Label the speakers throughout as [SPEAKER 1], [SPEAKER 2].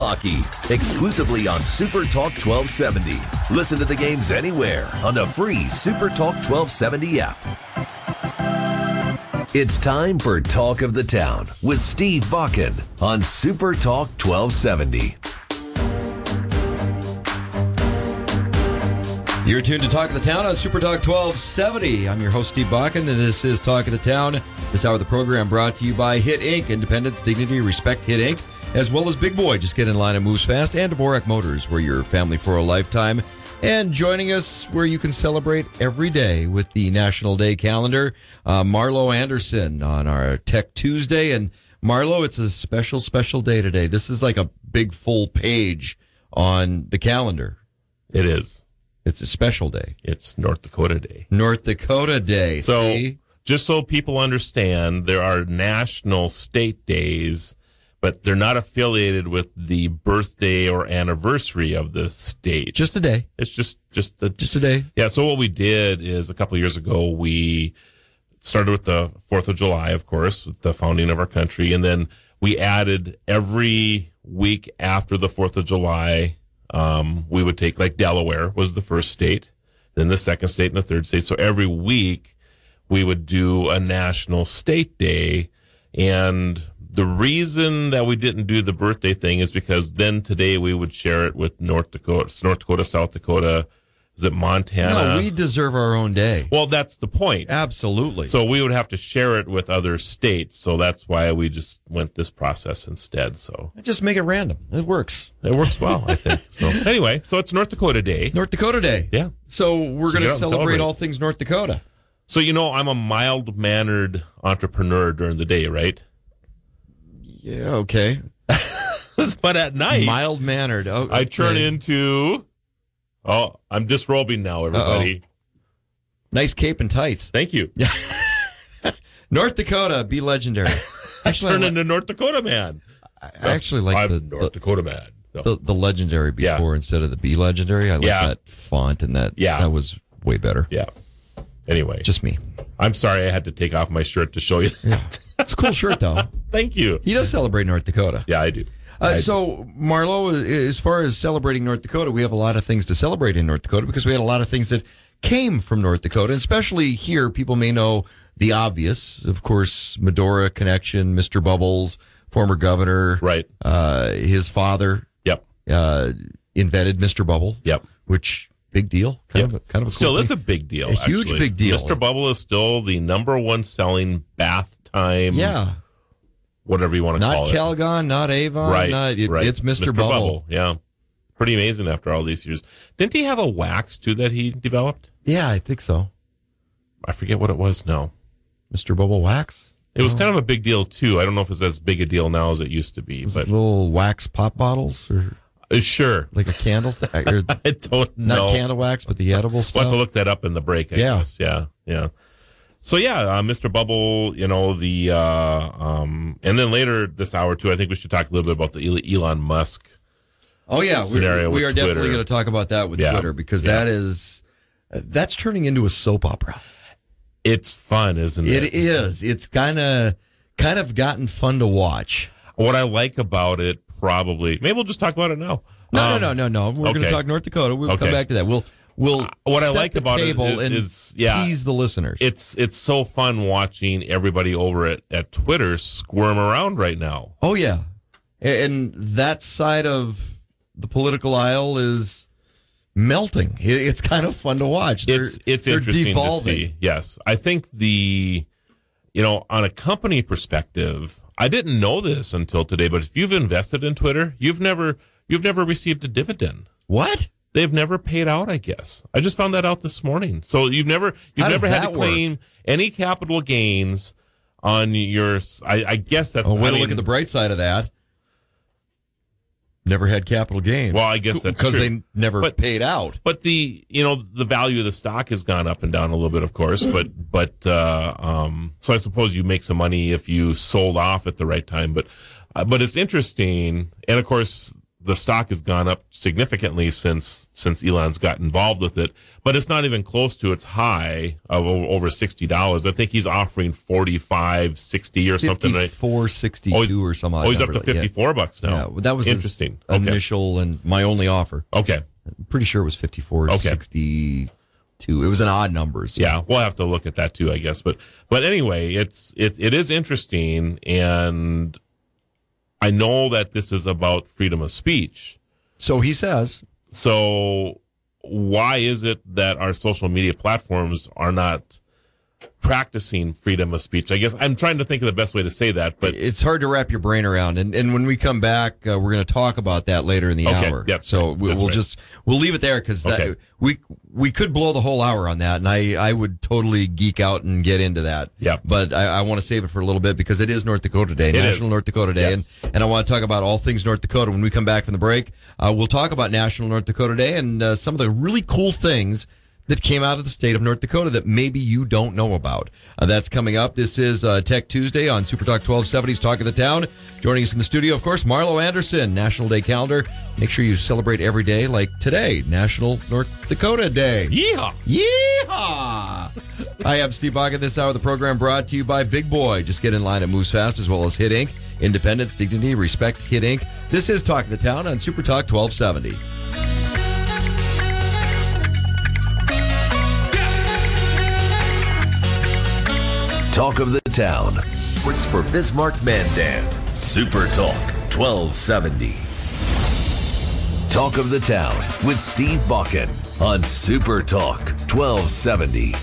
[SPEAKER 1] Hockey, exclusively on Super Talk 1270. Listen to the games anywhere on the free Super Talk 1270 app. It's time for Talk of the Town with Steve Bakken on Super Talk 1270.
[SPEAKER 2] You're tuned to Talk of the Town on Super Talk 1270. I'm your host, Steve Bakken, and this is Talk of the Town. This hour of the program brought to you by Hit Inc., Independence, Dignity, Respect, Hit Inc., as well as Big Boy, Just Get in Line and Moves Fast, and Dvorak Motors, where your family for a lifetime. And joining us where you can celebrate every day with the National Day calendar, uh, Marlo Anderson on our Tech Tuesday. And Marlo, it's a special, special day today. This is like a big full page on the calendar.
[SPEAKER 3] It is.
[SPEAKER 2] It's a special day.
[SPEAKER 3] It's North Dakota Day.
[SPEAKER 2] North Dakota Day.
[SPEAKER 3] So,
[SPEAKER 2] see?
[SPEAKER 3] just so people understand, there are national state days, but they're not affiliated with the birthday or anniversary of the state.
[SPEAKER 2] just a day,
[SPEAKER 3] it's just just the
[SPEAKER 2] just a day.
[SPEAKER 3] yeah. So what we did is a couple of years ago we started with the Fourth of July, of course, with the founding of our country, and then we added every week after the Fourth of July. Um, we would take like Delaware was the first state, then the second state, and the third state. So every week we would do a national state day. And the reason that we didn't do the birthday thing is because then today we would share it with North Dakota, North Dakota, South Dakota, is it Montana?
[SPEAKER 2] No, we deserve our own day.
[SPEAKER 3] uh, well, that's the point.
[SPEAKER 2] Absolutely.
[SPEAKER 3] So we would have to share it with other states. So that's why we just went this process instead. So
[SPEAKER 2] just make it random. It works.
[SPEAKER 3] it works well, I think. So anyway, so it's North Dakota Day.
[SPEAKER 2] North Dakota Day.
[SPEAKER 3] Yeah.
[SPEAKER 2] So we're
[SPEAKER 3] So
[SPEAKER 2] going to
[SPEAKER 3] get out
[SPEAKER 2] celebrate,
[SPEAKER 3] and celebrate.
[SPEAKER 2] all things North Dakota.
[SPEAKER 3] So you know, I'm a mild mannered entrepreneur during the day, right?
[SPEAKER 2] Yeah. Okay.
[SPEAKER 3] but at night,
[SPEAKER 2] Mild mannered. Oh,
[SPEAKER 3] I turn
[SPEAKER 2] okay.
[SPEAKER 3] into. Oh, I'm disrobing now, everybody.
[SPEAKER 2] Nice cape and tights.
[SPEAKER 3] Thank you.
[SPEAKER 2] North Dakota, be legendary. Actually, I,
[SPEAKER 3] Turn
[SPEAKER 2] li-
[SPEAKER 3] into North Dakota man.
[SPEAKER 2] I actually like
[SPEAKER 3] I'm
[SPEAKER 2] the,
[SPEAKER 3] North
[SPEAKER 2] the,
[SPEAKER 3] Dakota man. No.
[SPEAKER 2] the the legendary
[SPEAKER 3] Yeah.
[SPEAKER 2] before instead of the be legendary. I like
[SPEAKER 3] Yeah.
[SPEAKER 2] that font and that.
[SPEAKER 3] Yeah.
[SPEAKER 2] That was way better.
[SPEAKER 3] yeah. Anyway,
[SPEAKER 2] Just me.
[SPEAKER 3] I'm sorry I had to take off my shirt to show you.
[SPEAKER 2] It's a cool shirt though.
[SPEAKER 3] Thank you.
[SPEAKER 2] He does celebrate North Dakota.
[SPEAKER 3] Yeah, I do.
[SPEAKER 2] Uh,
[SPEAKER 3] I
[SPEAKER 2] so, Marlo, as far as celebrating North Dakota, we have a lot of things to celebrate in North Dakota because we had a lot of things that came from North Dakota, and especially here, people may know the obvious, of course, Medora connection, Mr. Bubbles, former governor,
[SPEAKER 3] Right.
[SPEAKER 2] uh, his father
[SPEAKER 3] Yep.
[SPEAKER 2] uh, invented Mr. Bubble,
[SPEAKER 3] Yep.
[SPEAKER 2] which big deal, kind of, a, kind of a cool
[SPEAKER 3] Still,
[SPEAKER 2] thing.
[SPEAKER 3] it's a big deal.
[SPEAKER 2] A huge
[SPEAKER 3] actually.
[SPEAKER 2] big deal.
[SPEAKER 3] Mr. Bubble is still the number one selling bath time.
[SPEAKER 2] yeah,
[SPEAKER 3] Whatever you want to call
[SPEAKER 2] not
[SPEAKER 3] it.
[SPEAKER 2] Calgon, not Avon,
[SPEAKER 3] right,
[SPEAKER 2] not, it-
[SPEAKER 3] right.
[SPEAKER 2] it's Mr. Bubble.
[SPEAKER 3] Yeah. Pretty amazing after all these years. Didn't he have a wax too that he developed?
[SPEAKER 2] Yeah, I think so,
[SPEAKER 3] I forget what it was now.
[SPEAKER 2] Mr. Bubble Wax.
[SPEAKER 3] It was kind of a big deal too. I don't know if it's as big a deal now as it used to be,
[SPEAKER 2] Was
[SPEAKER 3] but
[SPEAKER 2] it little wax pop bottles or
[SPEAKER 3] uh, sure.
[SPEAKER 2] like a candle th- or not
[SPEAKER 3] I don't know.
[SPEAKER 2] candle wax but the edible
[SPEAKER 3] We'll have to
[SPEAKER 2] stuff
[SPEAKER 3] look that up in the break. I
[SPEAKER 2] Yeah.
[SPEAKER 3] guess. Yeah. Yeah. So yeah, uh, Mr. Bubble, you know the, uh, um, and then later this hour too. I think we should talk a little bit about the El- Elon Musk.
[SPEAKER 2] oh yeah we're,
[SPEAKER 3] scenario
[SPEAKER 2] we
[SPEAKER 3] with
[SPEAKER 2] are definitely
[SPEAKER 3] Twitter.
[SPEAKER 2] going to talk about that with
[SPEAKER 3] Yeah.
[SPEAKER 2] twitter because that is that's turning into a soap opera
[SPEAKER 3] It's fun, isn't it?
[SPEAKER 2] it is it's kind of kind of gotten fun to watch
[SPEAKER 3] What I like about it, probably, maybe we'll just talk about it now.
[SPEAKER 2] no
[SPEAKER 3] Um,
[SPEAKER 2] no no no no we're going to
[SPEAKER 3] okay.
[SPEAKER 2] talk north dakota we'll come
[SPEAKER 3] Okay. Uh,
[SPEAKER 2] back to that we'll we'll
[SPEAKER 3] what I
[SPEAKER 2] set
[SPEAKER 3] like
[SPEAKER 2] the
[SPEAKER 3] about it
[SPEAKER 2] table
[SPEAKER 3] is-
[SPEAKER 2] and
[SPEAKER 3] is- yeah.
[SPEAKER 2] tease the listeners
[SPEAKER 3] It's it's so fun watching everybody over at at Twitter squirm around right now.
[SPEAKER 2] oh yeah A- and that side of the political aisle is melting It- it's kind of fun to watch They're-
[SPEAKER 3] it's it's
[SPEAKER 2] they're
[SPEAKER 3] interesting
[SPEAKER 2] devolving.
[SPEAKER 3] to see. Yes, I think the you know on a company perspective, I didn't know this until today. But if you've invested in Twitter, you've never you've never received a dividend.
[SPEAKER 2] What?
[SPEAKER 3] They've never paid out. I guess I just found that out this morning. So you've never you've
[SPEAKER 2] How does
[SPEAKER 3] never had to
[SPEAKER 2] that work?
[SPEAKER 3] claim any capital gains on your. I, I guess that's
[SPEAKER 2] Oh, way to
[SPEAKER 3] I
[SPEAKER 2] look
[SPEAKER 3] mean,
[SPEAKER 2] at the bright side of that. Never had capital gains.
[SPEAKER 3] Well, I guess that's
[SPEAKER 2] because
[SPEAKER 3] true.
[SPEAKER 2] they never
[SPEAKER 3] But-
[SPEAKER 2] paid out.
[SPEAKER 3] But the you know the value of the stock has gone up and down a little bit, of course. But but uh, um, so I suppose you make some money if you sold off at the right time. But uh, but it's interesting, and of course the stock has gone up significantly since since Elon's got involved with it, but it's not even close to its high of o- over sixty dollars. I think he's offering 45 60 or somethething. right?
[SPEAKER 2] 5462
[SPEAKER 3] Oh, he's-
[SPEAKER 2] or something.
[SPEAKER 3] Oh, he's up to fifty four bucks
[SPEAKER 2] Yeah,
[SPEAKER 3] now.
[SPEAKER 2] well, that was his
[SPEAKER 3] interesting. Okay,
[SPEAKER 2] initial and my only offer.
[SPEAKER 3] okay,
[SPEAKER 2] I'm pretty sure it was 5462. It was an odd number. so-
[SPEAKER 3] yeah, we'll have to look at that too, I guess. But but anyway, it's it it is interesting, and I know that this is about freedom of speech.
[SPEAKER 2] So he says,
[SPEAKER 3] So why is it that our social media platforms are not practicing freedom of speech? I guess I'm trying to think of the best way to say that, but
[SPEAKER 2] it's hard to wrap your brain around. And and when we come back, uh, we're going to talk about that later in the
[SPEAKER 3] Okay,
[SPEAKER 2] hour.
[SPEAKER 3] yep,
[SPEAKER 2] so
[SPEAKER 3] right,
[SPEAKER 2] we,
[SPEAKER 3] that's
[SPEAKER 2] we'll
[SPEAKER 3] right.
[SPEAKER 2] just we'll leave it there because
[SPEAKER 3] Okay.
[SPEAKER 2] we we could blow the whole hour on that, and I I would totally geek out and get into that.
[SPEAKER 3] Yep.
[SPEAKER 2] But I, I want to save it for a little bit because it is North Dakota Day,
[SPEAKER 3] It is.
[SPEAKER 2] National North Dakota Day,
[SPEAKER 3] Yes.
[SPEAKER 2] and and I want to talk about all things North Dakota when we come back from the break. Uh, we'll talk about National North Dakota Day and uh, some of the really cool things. That came out of the state of North Dakota that maybe you don't know about. Uh, that's coming up. This is uh, Tech Tuesday on Super Talk 1270's Talk of the Town. Joining us in the studio, of course, Marlo Anderson, National Day Calendar. Make sure you celebrate every day like today, National North Dakota Day.
[SPEAKER 3] yeehaw.
[SPEAKER 2] Yeehaw! Hi, I'm Steve Baca. This hour of the program brought to you by Big Boy. Just get in line at Moves Fast as well as Hit Inc. Independence, dignity, respect, Hit Inc. This is Talk of the Town on Super Talk 1270.
[SPEAKER 1] Talk of the Town. Words for Bismarck Mandan. Super Talk 1270. Talk of the Town with Steve Bakken on Super Talk 1270.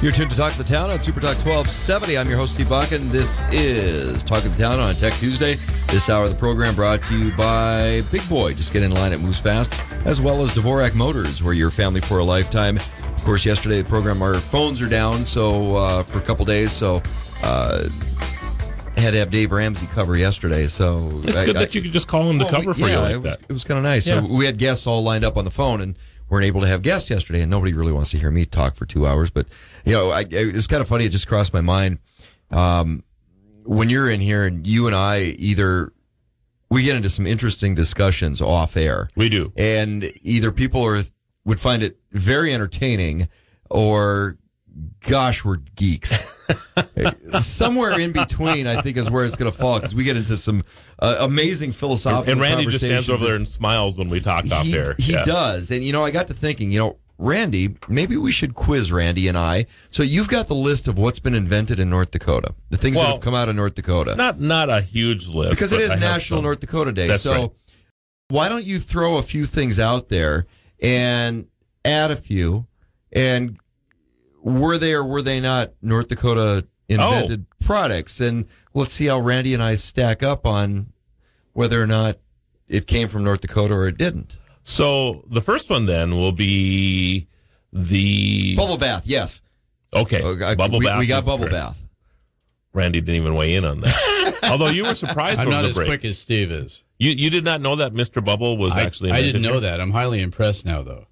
[SPEAKER 2] You're tuned to Talk of the Town on Super Talk 1270. I'm your host, Steve Bakken. This is Talk of the Town on Tech Tuesday. This hour of the program brought to you by Big Boy. Just get in line at Moves Fast, as well as Dvorak Motors, where your family for a lifetime. Of course, yesterday the program, our phones are down, so uh, for a couple days, so uh, had to have Dave Ramsey cover yesterday. So
[SPEAKER 3] It's
[SPEAKER 2] I-
[SPEAKER 3] good
[SPEAKER 2] I-
[SPEAKER 3] that you could just call him to
[SPEAKER 2] well,
[SPEAKER 3] cover
[SPEAKER 2] we-
[SPEAKER 3] for
[SPEAKER 2] yeah,
[SPEAKER 3] you like
[SPEAKER 2] it was,
[SPEAKER 3] that.
[SPEAKER 2] It was kind of nice.
[SPEAKER 3] Yeah.
[SPEAKER 2] So we had guests all lined up on the phone and weren't able to have guests yesterday, and nobody really wants to hear me talk for two hours. But you know, I, I- it's kind of funny. It just crossed my mind um, when you're in here and you and I either we get into some interesting discussions off air,
[SPEAKER 3] We do.
[SPEAKER 2] and either people are would find it very entertaining, or gosh, we're geeks. Somewhere in between, I think, is where it's going to fall because we get into some uh, amazing philosophical
[SPEAKER 3] And Randy just stands
[SPEAKER 2] conversations
[SPEAKER 3] over there and smiles when we talk off
[SPEAKER 2] he,
[SPEAKER 3] there.
[SPEAKER 2] He
[SPEAKER 3] Yeah.
[SPEAKER 2] does. And, you know, I got to thinking, you know, Randy, maybe we should quiz Randy and I. So you've got the list of what's been invented in North Dakota, the things that
[SPEAKER 3] Well,
[SPEAKER 2] have come out of North Dakota.
[SPEAKER 3] Not not a huge list
[SPEAKER 2] because it
[SPEAKER 3] but
[SPEAKER 2] is
[SPEAKER 3] I have
[SPEAKER 2] National
[SPEAKER 3] some.
[SPEAKER 2] North Dakota Day.
[SPEAKER 3] That's
[SPEAKER 2] so
[SPEAKER 3] right.
[SPEAKER 2] why don't you throw a few things out there and add a few and were they or were they not North Dakota invented
[SPEAKER 3] Oh.
[SPEAKER 2] products? And let's see how Randy and I stack up on whether or not it came from North Dakota or it didn't.
[SPEAKER 3] So the first one then will be the
[SPEAKER 2] Bubble bath, yes.
[SPEAKER 3] okay
[SPEAKER 2] Okay,
[SPEAKER 3] bubble
[SPEAKER 2] we,
[SPEAKER 3] bath.
[SPEAKER 2] We got
[SPEAKER 3] is
[SPEAKER 2] bubble
[SPEAKER 3] correct.
[SPEAKER 2] bath.
[SPEAKER 3] Randy didn't even weigh in on that. Although you were surprised
[SPEAKER 4] I'm
[SPEAKER 3] over
[SPEAKER 4] not
[SPEAKER 3] the
[SPEAKER 4] as
[SPEAKER 3] break.
[SPEAKER 4] quick as Steve is.
[SPEAKER 3] You you did not know that Mr. Bubble was
[SPEAKER 4] I,
[SPEAKER 3] actually.
[SPEAKER 4] I didn't
[SPEAKER 3] invented
[SPEAKER 4] know
[SPEAKER 3] here?
[SPEAKER 4] that. I'm highly impressed now, though.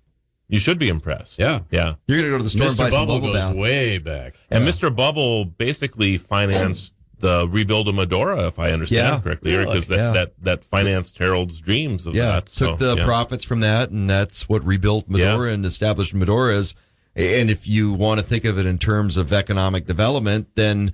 [SPEAKER 3] You should be impressed.
[SPEAKER 4] Yeah.
[SPEAKER 3] yeah.
[SPEAKER 2] You're gonna go to the store and
[SPEAKER 4] Mr.
[SPEAKER 2] buy some
[SPEAKER 4] Bubble,
[SPEAKER 2] bubble
[SPEAKER 4] goes
[SPEAKER 2] bath.
[SPEAKER 4] way back.
[SPEAKER 3] And Mr. Bubble basically financed the rebuild of Medora, if I understand
[SPEAKER 2] Yeah.
[SPEAKER 3] correctly, because that,
[SPEAKER 2] Yeah.
[SPEAKER 3] that that financed Harold's dreams of
[SPEAKER 2] yeah,
[SPEAKER 3] that.
[SPEAKER 2] took
[SPEAKER 3] so,
[SPEAKER 2] the
[SPEAKER 3] yeah.
[SPEAKER 2] profits from that, and that's what rebuilt Medora and established Medora as. And if you want to think of it in terms of economic development, then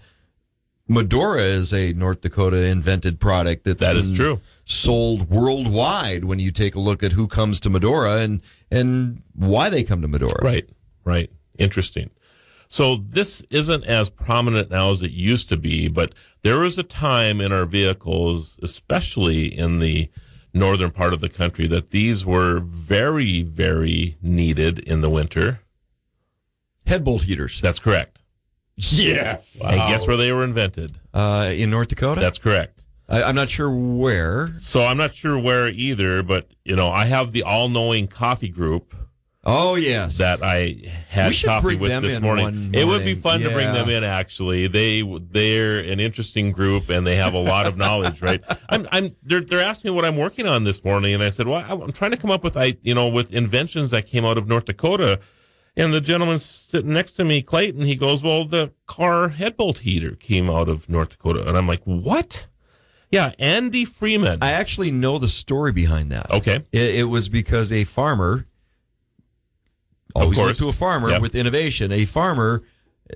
[SPEAKER 2] Medora is a North Dakota invented product that's
[SPEAKER 3] That is
[SPEAKER 2] been
[SPEAKER 3] true.
[SPEAKER 2] sold worldwide. When you take a look at who comes to Medora and and why they come to Medora,
[SPEAKER 3] Right, right. Interesting. So this isn't as prominent now as it used to be, but there was a time in our vehicles, especially in the northern part of the country, that these were very, very needed in the winter.
[SPEAKER 2] Headbolt heaters
[SPEAKER 3] That's correct.
[SPEAKER 2] Yes.
[SPEAKER 3] And guess where they were invented?
[SPEAKER 2] uh, in North Dakota.
[SPEAKER 3] That's correct.
[SPEAKER 2] I, I'm not sure where.
[SPEAKER 3] So I'm not sure where either, but you know, I have the all-knowing coffee group
[SPEAKER 2] Oh yes,
[SPEAKER 3] that I had
[SPEAKER 2] We should
[SPEAKER 3] coffee
[SPEAKER 2] bring
[SPEAKER 3] with
[SPEAKER 2] them
[SPEAKER 3] this
[SPEAKER 2] in
[SPEAKER 3] morning.
[SPEAKER 2] one
[SPEAKER 3] It would be
[SPEAKER 2] morning.
[SPEAKER 3] fun to bring them
[SPEAKER 2] Yeah.
[SPEAKER 3] in. Actually, they they're an interesting group and they have a lot of knowledge. Right? I'm I'm they're they're asking me what I'm working on this morning, and I said, well, I'm trying to come up with I you know with inventions that came out of North Dakota. And the gentleman sitting next to me, Clayton, he goes, well, the car headbolt heater came out of North Dakota, and I'm like, what? Yeah, Andy Freeman.
[SPEAKER 2] I actually know the story behind that.
[SPEAKER 3] okay.
[SPEAKER 2] It, it was because a farmer, always look
[SPEAKER 3] course.
[SPEAKER 2] to a farmer
[SPEAKER 3] Yep.
[SPEAKER 2] with innovation. A farmer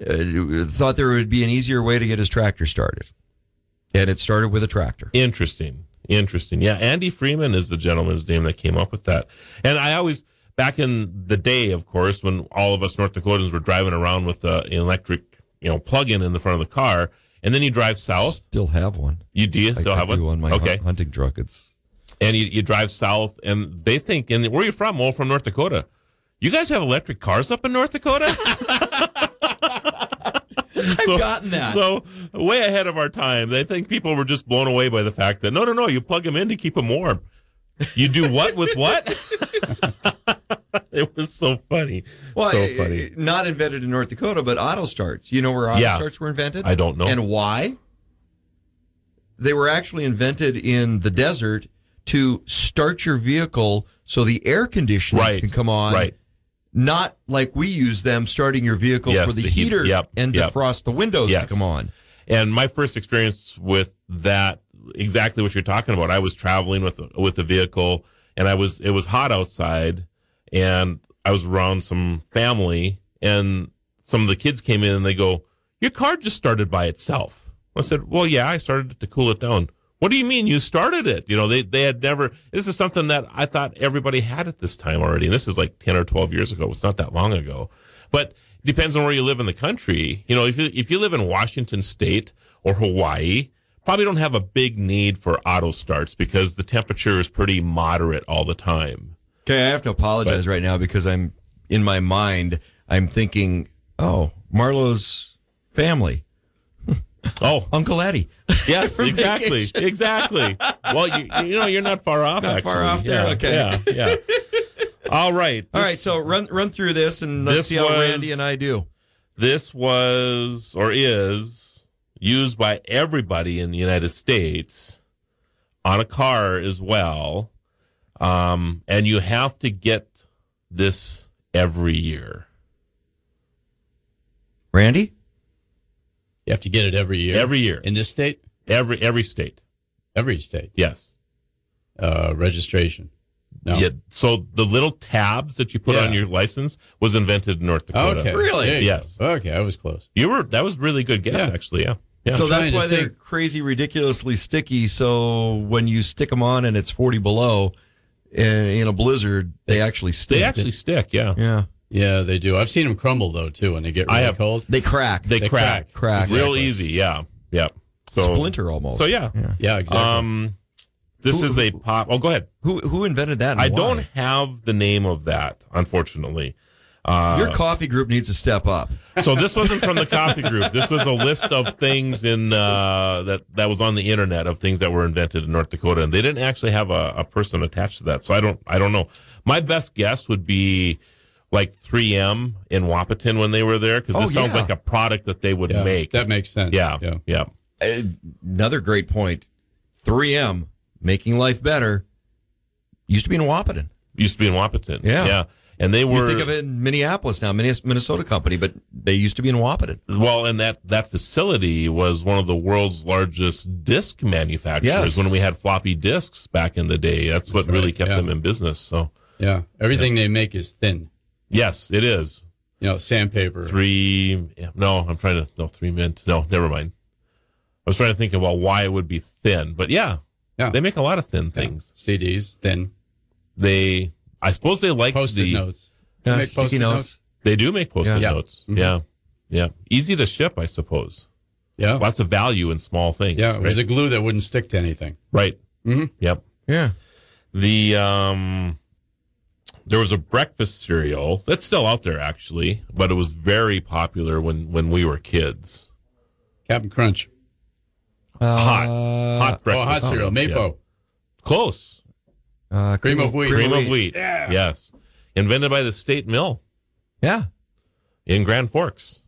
[SPEAKER 2] uh, thought there would be an easier way to get his tractor started, and it started with a tractor.
[SPEAKER 3] Interesting. Interesting. Yeah, Andy Freeman is the gentleman's name that came up with that. And I always back in the day, of course, when all of us North Dakotans were driving around with uh, an electric, you know, plug-in in the front of the car, and then you drive south.
[SPEAKER 2] Still have one.
[SPEAKER 3] You do you
[SPEAKER 2] I-
[SPEAKER 3] still
[SPEAKER 2] I
[SPEAKER 3] have one?
[SPEAKER 2] do on my hun-
[SPEAKER 3] okay.
[SPEAKER 2] hunting truck. It's
[SPEAKER 3] And you, you drive south, and they think, and where are you from? Well, from North Dakota. You guys have electric cars up in North Dakota?
[SPEAKER 2] I've
[SPEAKER 3] So-
[SPEAKER 2] gotten that.
[SPEAKER 3] So way ahead of our time. They think people were just blown away by the fact that no, no, no, you plug them in to keep them warm. You do what with what? it was so funny.
[SPEAKER 2] well,
[SPEAKER 3] so
[SPEAKER 2] it-
[SPEAKER 3] funny.
[SPEAKER 2] it- not invented in North Dakota, but auto starts. You know where auto
[SPEAKER 3] Yeah.
[SPEAKER 2] starts were invented?
[SPEAKER 3] I don't know.
[SPEAKER 2] And why? They were actually invented in the desert to start your vehicle so the air conditioning
[SPEAKER 3] right.
[SPEAKER 2] can come on
[SPEAKER 3] Right.
[SPEAKER 2] not like we use them starting your vehicle
[SPEAKER 3] Yes,
[SPEAKER 2] for the,
[SPEAKER 3] the heat-
[SPEAKER 2] heater
[SPEAKER 3] yep,
[SPEAKER 2] and
[SPEAKER 3] yep.
[SPEAKER 2] defrost the windows
[SPEAKER 3] Yes.
[SPEAKER 2] to come on.
[SPEAKER 3] And my first experience with that, exactly what you're talking about. I was traveling with with a vehicle, and I was it was hot outside, and I was around some family, and some of the kids came in, and they go, "Your car just started by itself." I said, "Well, yeah, I started it to cool it down." What do you mean you started it? You know, they they had never. This is something that I thought everybody had at this time already, and this is like ten or twelve years ago. It's not that long ago. But depends on where you live in the country. You know, if you, if you live in Washington State or Hawaii, probably don't have a big need for auto starts because the temperature is pretty moderate all the time.
[SPEAKER 2] Okay, I have to apologize right now because I'm in my mind I'm thinking, oh, Marlowe's family,
[SPEAKER 3] Oh,
[SPEAKER 2] Uncle Eddie.
[SPEAKER 3] yes,
[SPEAKER 2] For
[SPEAKER 3] exactly,
[SPEAKER 2] vacation.
[SPEAKER 3] exactly. Well, you, you know, you're not far off.
[SPEAKER 2] Not
[SPEAKER 3] actually.
[SPEAKER 2] far off there,
[SPEAKER 3] Yeah,
[SPEAKER 4] Uh,
[SPEAKER 2] okay.
[SPEAKER 3] Yeah, yeah. All right.
[SPEAKER 2] All
[SPEAKER 3] this-
[SPEAKER 2] right, so run run through this and let's
[SPEAKER 3] This
[SPEAKER 2] see how
[SPEAKER 3] was-
[SPEAKER 2] Randy and I do.
[SPEAKER 3] This was or is used by everybody in the United States on a car as well. Um, and you have to get this every year.
[SPEAKER 2] Randy?
[SPEAKER 4] You have to get it every year.
[SPEAKER 3] Every year.
[SPEAKER 4] in this state,
[SPEAKER 3] Every every state.
[SPEAKER 4] every state.
[SPEAKER 3] Yes.
[SPEAKER 4] Uh, registration. No.
[SPEAKER 3] Yeah. So the little tabs that you put
[SPEAKER 4] Yeah.
[SPEAKER 3] on your license was invented in North Dakota.
[SPEAKER 4] Okay.
[SPEAKER 2] Really?
[SPEAKER 4] There you go.
[SPEAKER 3] Yes.
[SPEAKER 4] Okay, I was close.
[SPEAKER 3] You were that was a really good guess
[SPEAKER 4] Yeah.
[SPEAKER 3] actually. Yeah. Yeah.
[SPEAKER 2] so
[SPEAKER 4] I'm
[SPEAKER 2] that's
[SPEAKER 4] trying to
[SPEAKER 2] why they're
[SPEAKER 4] think.
[SPEAKER 2] crazy ridiculously sticky, so when you stick them on and it's 40 below in, in a blizzard, they actually stick.
[SPEAKER 3] they actually stick, yeah.
[SPEAKER 2] Yeah.
[SPEAKER 4] Yeah, they do. I've seen them crumble though too when they get
[SPEAKER 3] I
[SPEAKER 4] really
[SPEAKER 3] have-
[SPEAKER 4] cold.
[SPEAKER 2] They crack.
[SPEAKER 3] They,
[SPEAKER 4] They
[SPEAKER 3] crack.
[SPEAKER 4] crack.
[SPEAKER 2] crack.
[SPEAKER 3] Real
[SPEAKER 4] Exactly.
[SPEAKER 3] easy, yeah. Yeah. So
[SPEAKER 2] Splinter almost.
[SPEAKER 3] So yeah.
[SPEAKER 4] Yeah, exactly.
[SPEAKER 3] Um this
[SPEAKER 2] Who-
[SPEAKER 3] is a pop. Oh, go ahead.
[SPEAKER 2] Who who invented that? and
[SPEAKER 3] I
[SPEAKER 2] why?
[SPEAKER 3] don't have the name of that, unfortunately. Uh,
[SPEAKER 2] Your coffee group needs to step up.
[SPEAKER 3] so this wasn't from the coffee group. This was a list of things in uh, that that was on the internet of things that were invented in North Dakota, and they didn't actually have a, a person attached to that. So I don't I don't know. My best guess would be like 3M in Wapaton when they were there because
[SPEAKER 2] Oh,
[SPEAKER 3] it sounds
[SPEAKER 2] yeah.
[SPEAKER 3] like a product that they would
[SPEAKER 4] yeah,
[SPEAKER 3] make.
[SPEAKER 4] that makes sense.
[SPEAKER 3] yeah,
[SPEAKER 4] yeah.
[SPEAKER 3] yeah, yeah.
[SPEAKER 2] Eh, Another great point. 3M making life better used to be in Wapaton.
[SPEAKER 3] Used to be in Wapaton.
[SPEAKER 2] Yeah.
[SPEAKER 3] yeah. And they were
[SPEAKER 2] You think of it in Minneapolis now, Minnes- Minnesota company, but they used to be in Wapaton.
[SPEAKER 3] Well, and that that facility was one of the world's largest disc manufacturers
[SPEAKER 2] Yes.
[SPEAKER 3] when we had floppy discs back in the day. That's, what
[SPEAKER 4] right,
[SPEAKER 3] really kept
[SPEAKER 4] yeah.
[SPEAKER 3] them in business. So,
[SPEAKER 4] Yeah. Everything they make is thin.
[SPEAKER 3] yes, it is.
[SPEAKER 4] You know, sandpaper.
[SPEAKER 3] Three no, I'm trying to no, three mint. No, never mind. I was trying to think about why it would be thin, but yeah.
[SPEAKER 4] Yeah.
[SPEAKER 3] They make a lot of thin
[SPEAKER 4] yeah,
[SPEAKER 3] things.
[SPEAKER 4] CDs, thin.
[SPEAKER 3] They I suppose they like
[SPEAKER 4] Post-it
[SPEAKER 3] the
[SPEAKER 4] notes.
[SPEAKER 2] Yeah,
[SPEAKER 4] make
[SPEAKER 2] sticky
[SPEAKER 4] Post-it
[SPEAKER 2] notes.
[SPEAKER 3] they do make post-it
[SPEAKER 4] Yeah.
[SPEAKER 3] notes.
[SPEAKER 4] Mhm.
[SPEAKER 3] Yeah. Yeah. Easy to ship, I suppose.
[SPEAKER 4] Yeah.
[SPEAKER 3] Lots of value in small things.
[SPEAKER 4] Oh. Yeah. It was a
[SPEAKER 3] right?
[SPEAKER 4] glue that wouldn't stick to anything.
[SPEAKER 3] right.
[SPEAKER 4] Mhm.
[SPEAKER 3] Yep.
[SPEAKER 2] Yeah.
[SPEAKER 3] the um there was a breakfast cereal that's still out there actually but it was very popular when when we were kids
[SPEAKER 4] Captain Crunch.
[SPEAKER 3] hot
[SPEAKER 2] Uh,
[SPEAKER 3] hot
[SPEAKER 4] oh,
[SPEAKER 3] breakfast
[SPEAKER 4] hot cereal.
[SPEAKER 3] yeah.
[SPEAKER 4] Mapo.
[SPEAKER 3] close
[SPEAKER 2] uh,
[SPEAKER 4] Cream of wheat.
[SPEAKER 3] cream of wheat yes invented by the state mill
[SPEAKER 2] Yeah.
[SPEAKER 3] in grand forks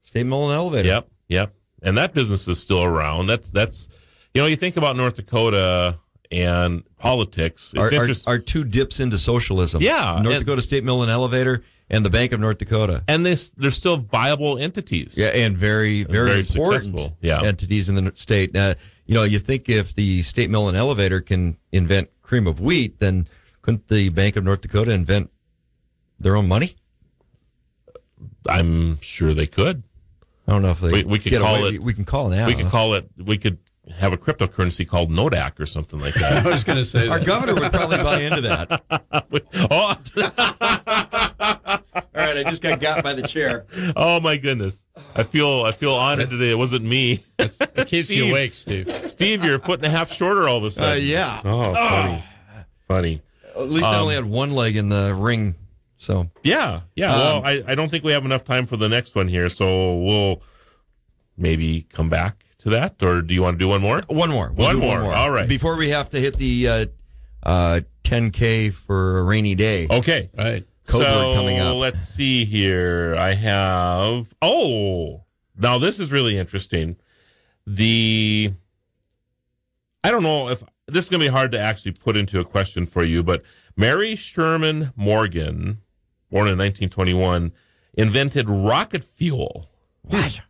[SPEAKER 2] State mill and elevator.
[SPEAKER 3] Yep, yep. And that business is still around. That's that's you know you think about North Dakota and politics. It's
[SPEAKER 2] Our, our,
[SPEAKER 3] interesting.
[SPEAKER 2] our two dips into socialism.
[SPEAKER 3] Yeah,
[SPEAKER 2] North
[SPEAKER 3] and-
[SPEAKER 2] Dakota State Mill and Elevator and the Bank of North Dakota.
[SPEAKER 3] and they s- they're still viable entities.
[SPEAKER 2] Yeah, and very, very,
[SPEAKER 3] very
[SPEAKER 2] important
[SPEAKER 3] successful. Yeah.
[SPEAKER 2] entities in the state. Uh, you know, you think if the state mill and elevator can invent cream of wheat, then couldn't the Bank of North Dakota invent their own money?
[SPEAKER 3] I'm sure they could.
[SPEAKER 2] I don't know if they
[SPEAKER 3] We- we could
[SPEAKER 2] get
[SPEAKER 3] call
[SPEAKER 2] away-
[SPEAKER 3] it-
[SPEAKER 2] We can call it.
[SPEAKER 3] we could call it. We could have a cryptocurrency called Nodak or something like that.
[SPEAKER 4] I was going to say
[SPEAKER 2] Our
[SPEAKER 4] that.
[SPEAKER 2] governor would probably buy into that. All
[SPEAKER 3] oh,
[SPEAKER 2] right, I just got got by the chair.
[SPEAKER 3] oh my goodness! I feel I feel honored today. It wasn't me,
[SPEAKER 4] That's- it keeps
[SPEAKER 3] Steve.
[SPEAKER 4] you awake, Steve.
[SPEAKER 3] Steve. You're a foot and a half shorter all of a
[SPEAKER 2] Uh,
[SPEAKER 3] sudden.
[SPEAKER 2] yeah, Ah.
[SPEAKER 3] Oh, funny, funny.
[SPEAKER 2] at least I only
[SPEAKER 3] Um,
[SPEAKER 2] had one leg in the ring. So
[SPEAKER 3] Yeah, yeah.
[SPEAKER 2] Um,
[SPEAKER 3] well, I, I don't think we have enough time for the next one here, so we'll maybe come back to that. Or do you want to do one more?
[SPEAKER 2] one more,
[SPEAKER 3] One
[SPEAKER 2] do
[SPEAKER 3] more, all right.
[SPEAKER 2] Before we have to hit the uh, uh, 10k for a rainy day.
[SPEAKER 3] Okay.
[SPEAKER 4] Right.
[SPEAKER 2] Code word
[SPEAKER 3] so
[SPEAKER 2] coming up.
[SPEAKER 3] let's see here. I have oh now this is really interesting. The I don't know if this is gonna be hard to actually put into a question for you, but Mary Sherman Morgan, born in 1921, invented rocket fuel.
[SPEAKER 2] What?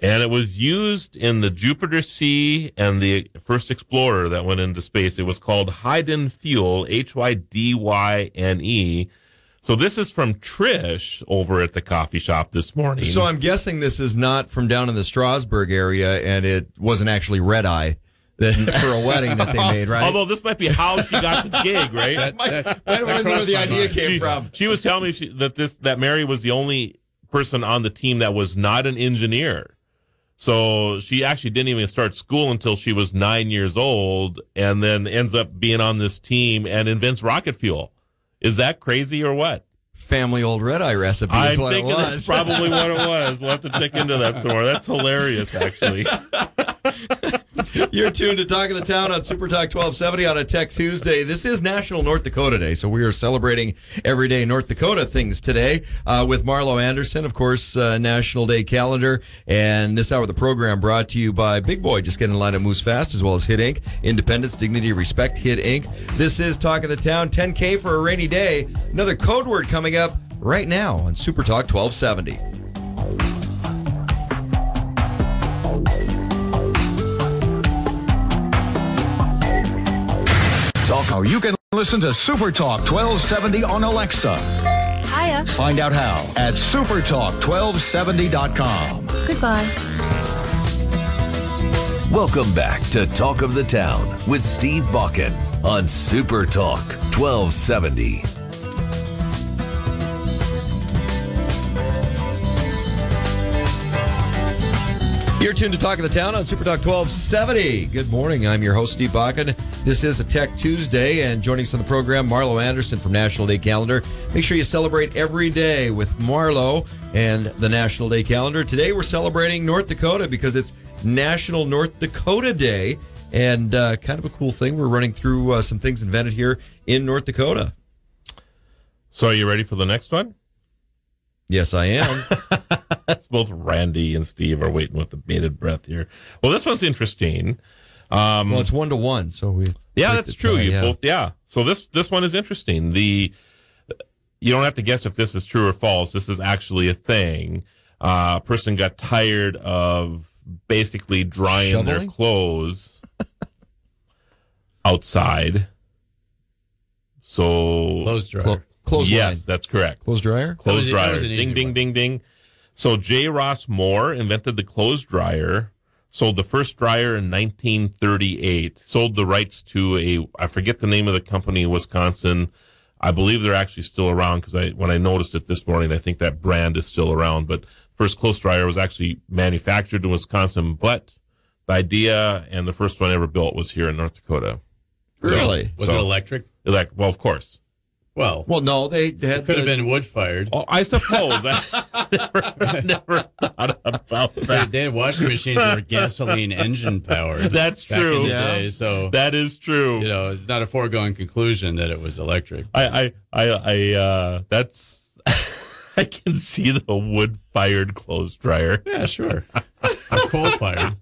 [SPEAKER 3] And it was used in the Jupiter C and the first explorer that went into space. It was called Hyden Fuel, H Y D Y N E. So this is from Trish over at the coffee shop this morning.
[SPEAKER 2] So I'm guessing this is not from down in the Strasbourg area, and it wasn't actually red eye that, for a wedding that they made, right?
[SPEAKER 3] Although this might be how she got the gig, right?
[SPEAKER 2] I don't know where
[SPEAKER 4] crossed
[SPEAKER 2] the
[SPEAKER 4] my
[SPEAKER 2] idea
[SPEAKER 4] mind.
[SPEAKER 2] came
[SPEAKER 3] she,
[SPEAKER 2] from.
[SPEAKER 3] she was telling me she, that this that Mary was the only person on the team that was not an engineer. So she actually didn't even start school until she was nine years old, and then ends up being on this team and invents rocket fuel. Is that crazy or what?
[SPEAKER 2] Family old red eye recipe is
[SPEAKER 3] I'm
[SPEAKER 2] what it
[SPEAKER 3] thinking that's
[SPEAKER 2] was.
[SPEAKER 3] probably what it was. We'll have to check into that some more. That's hilarious, actually.
[SPEAKER 2] You're tuned to Talk of the Town on Super Talk 1270 on a Tech Tuesday. This is National North Dakota Day, so we are celebrating everyday North Dakota things today uh, with Marlo Anderson, of course, uh, National Day calendar. And this hour of the program brought to you by Big Boy, just get in line at Moves Fast, as well as Hit Inc., Independence, Dignity, Respect, Hit Inc. This is Talk of the Town, 10K for a rainy day. Another code word coming up right now on Super Talk 1270.
[SPEAKER 5] Talk how you can listen to Super Talk 1270 on Alexa.
[SPEAKER 6] Hiya.
[SPEAKER 5] Find out how at supertalk1270.com.
[SPEAKER 6] Goodbye.
[SPEAKER 1] Welcome back to Talk of the Town with Steve Bakken on Super Talk 1270.
[SPEAKER 2] You're tuned to Talk of the Town on Super Talk 1270. Good morning. I'm your host, Steve Bakken. This is a Tech Tuesday, and joining us on the program, Marlo Anderson from National Day Calendar. Make sure you celebrate every day with Marlo and the National Day Calendar. Today, we're celebrating North Dakota because it's National North Dakota Day, and uh, kind of a cool thing. We're running through uh, some things invented here in North Dakota.
[SPEAKER 3] So, are you ready for the next one?
[SPEAKER 2] Yes, I am.
[SPEAKER 3] That's both Randy and Steve are waiting with the bated breath here. Well, this one's interesting. Um,
[SPEAKER 2] well, it's one to one, so we.
[SPEAKER 3] Yeah,
[SPEAKER 2] take
[SPEAKER 3] that's
[SPEAKER 2] the
[SPEAKER 3] true.
[SPEAKER 2] time,
[SPEAKER 3] You
[SPEAKER 2] yeah.
[SPEAKER 3] both, yeah. So this this one is interesting. The you don't have to guess if this is true or false. This is actually a thing. Uh, a person got tired of basically drying their
[SPEAKER 2] Shoveling?
[SPEAKER 3] clothes outside. So
[SPEAKER 4] Clothes dryer.
[SPEAKER 2] Clo- close
[SPEAKER 3] yes,
[SPEAKER 2] line.
[SPEAKER 3] that's correct.
[SPEAKER 2] Close dryer.
[SPEAKER 3] Clothes
[SPEAKER 4] That was- that
[SPEAKER 3] dryer.
[SPEAKER 4] was an easy
[SPEAKER 3] Ding, ding,
[SPEAKER 4] one.
[SPEAKER 3] ding, ding. So J. Ross Moore invented the clothes dryer. Sold the first dryer in 1938. Sold the rights to a I forget the name of the company in Wisconsin. I believe they're actually still around because I when I noticed it this morning, I think that brand is still around. But first clothes dryer was actually manufactured in Wisconsin, but the idea and the first one ever built was here in North Dakota.
[SPEAKER 2] Really?
[SPEAKER 4] Was
[SPEAKER 3] So-
[SPEAKER 4] it electric?
[SPEAKER 3] Like, well, of course.
[SPEAKER 4] Well,
[SPEAKER 2] Well, no, they they had
[SPEAKER 4] it could
[SPEAKER 2] the-
[SPEAKER 4] have been wood fired.
[SPEAKER 3] Oh, I suppose. I never, never thought about
[SPEAKER 4] They,
[SPEAKER 3] that.
[SPEAKER 4] they had washing machines that were gasoline engine powered.
[SPEAKER 3] That's
[SPEAKER 4] back in
[SPEAKER 3] true.
[SPEAKER 4] the
[SPEAKER 2] Yeah.
[SPEAKER 4] day, so
[SPEAKER 3] That is true.
[SPEAKER 4] you know, it's not a foregone conclusion that it was electric.
[SPEAKER 3] I, I, I, I, uh, that's, I can see the wood fired clothes dryer.
[SPEAKER 4] Yeah, sure. coal fired.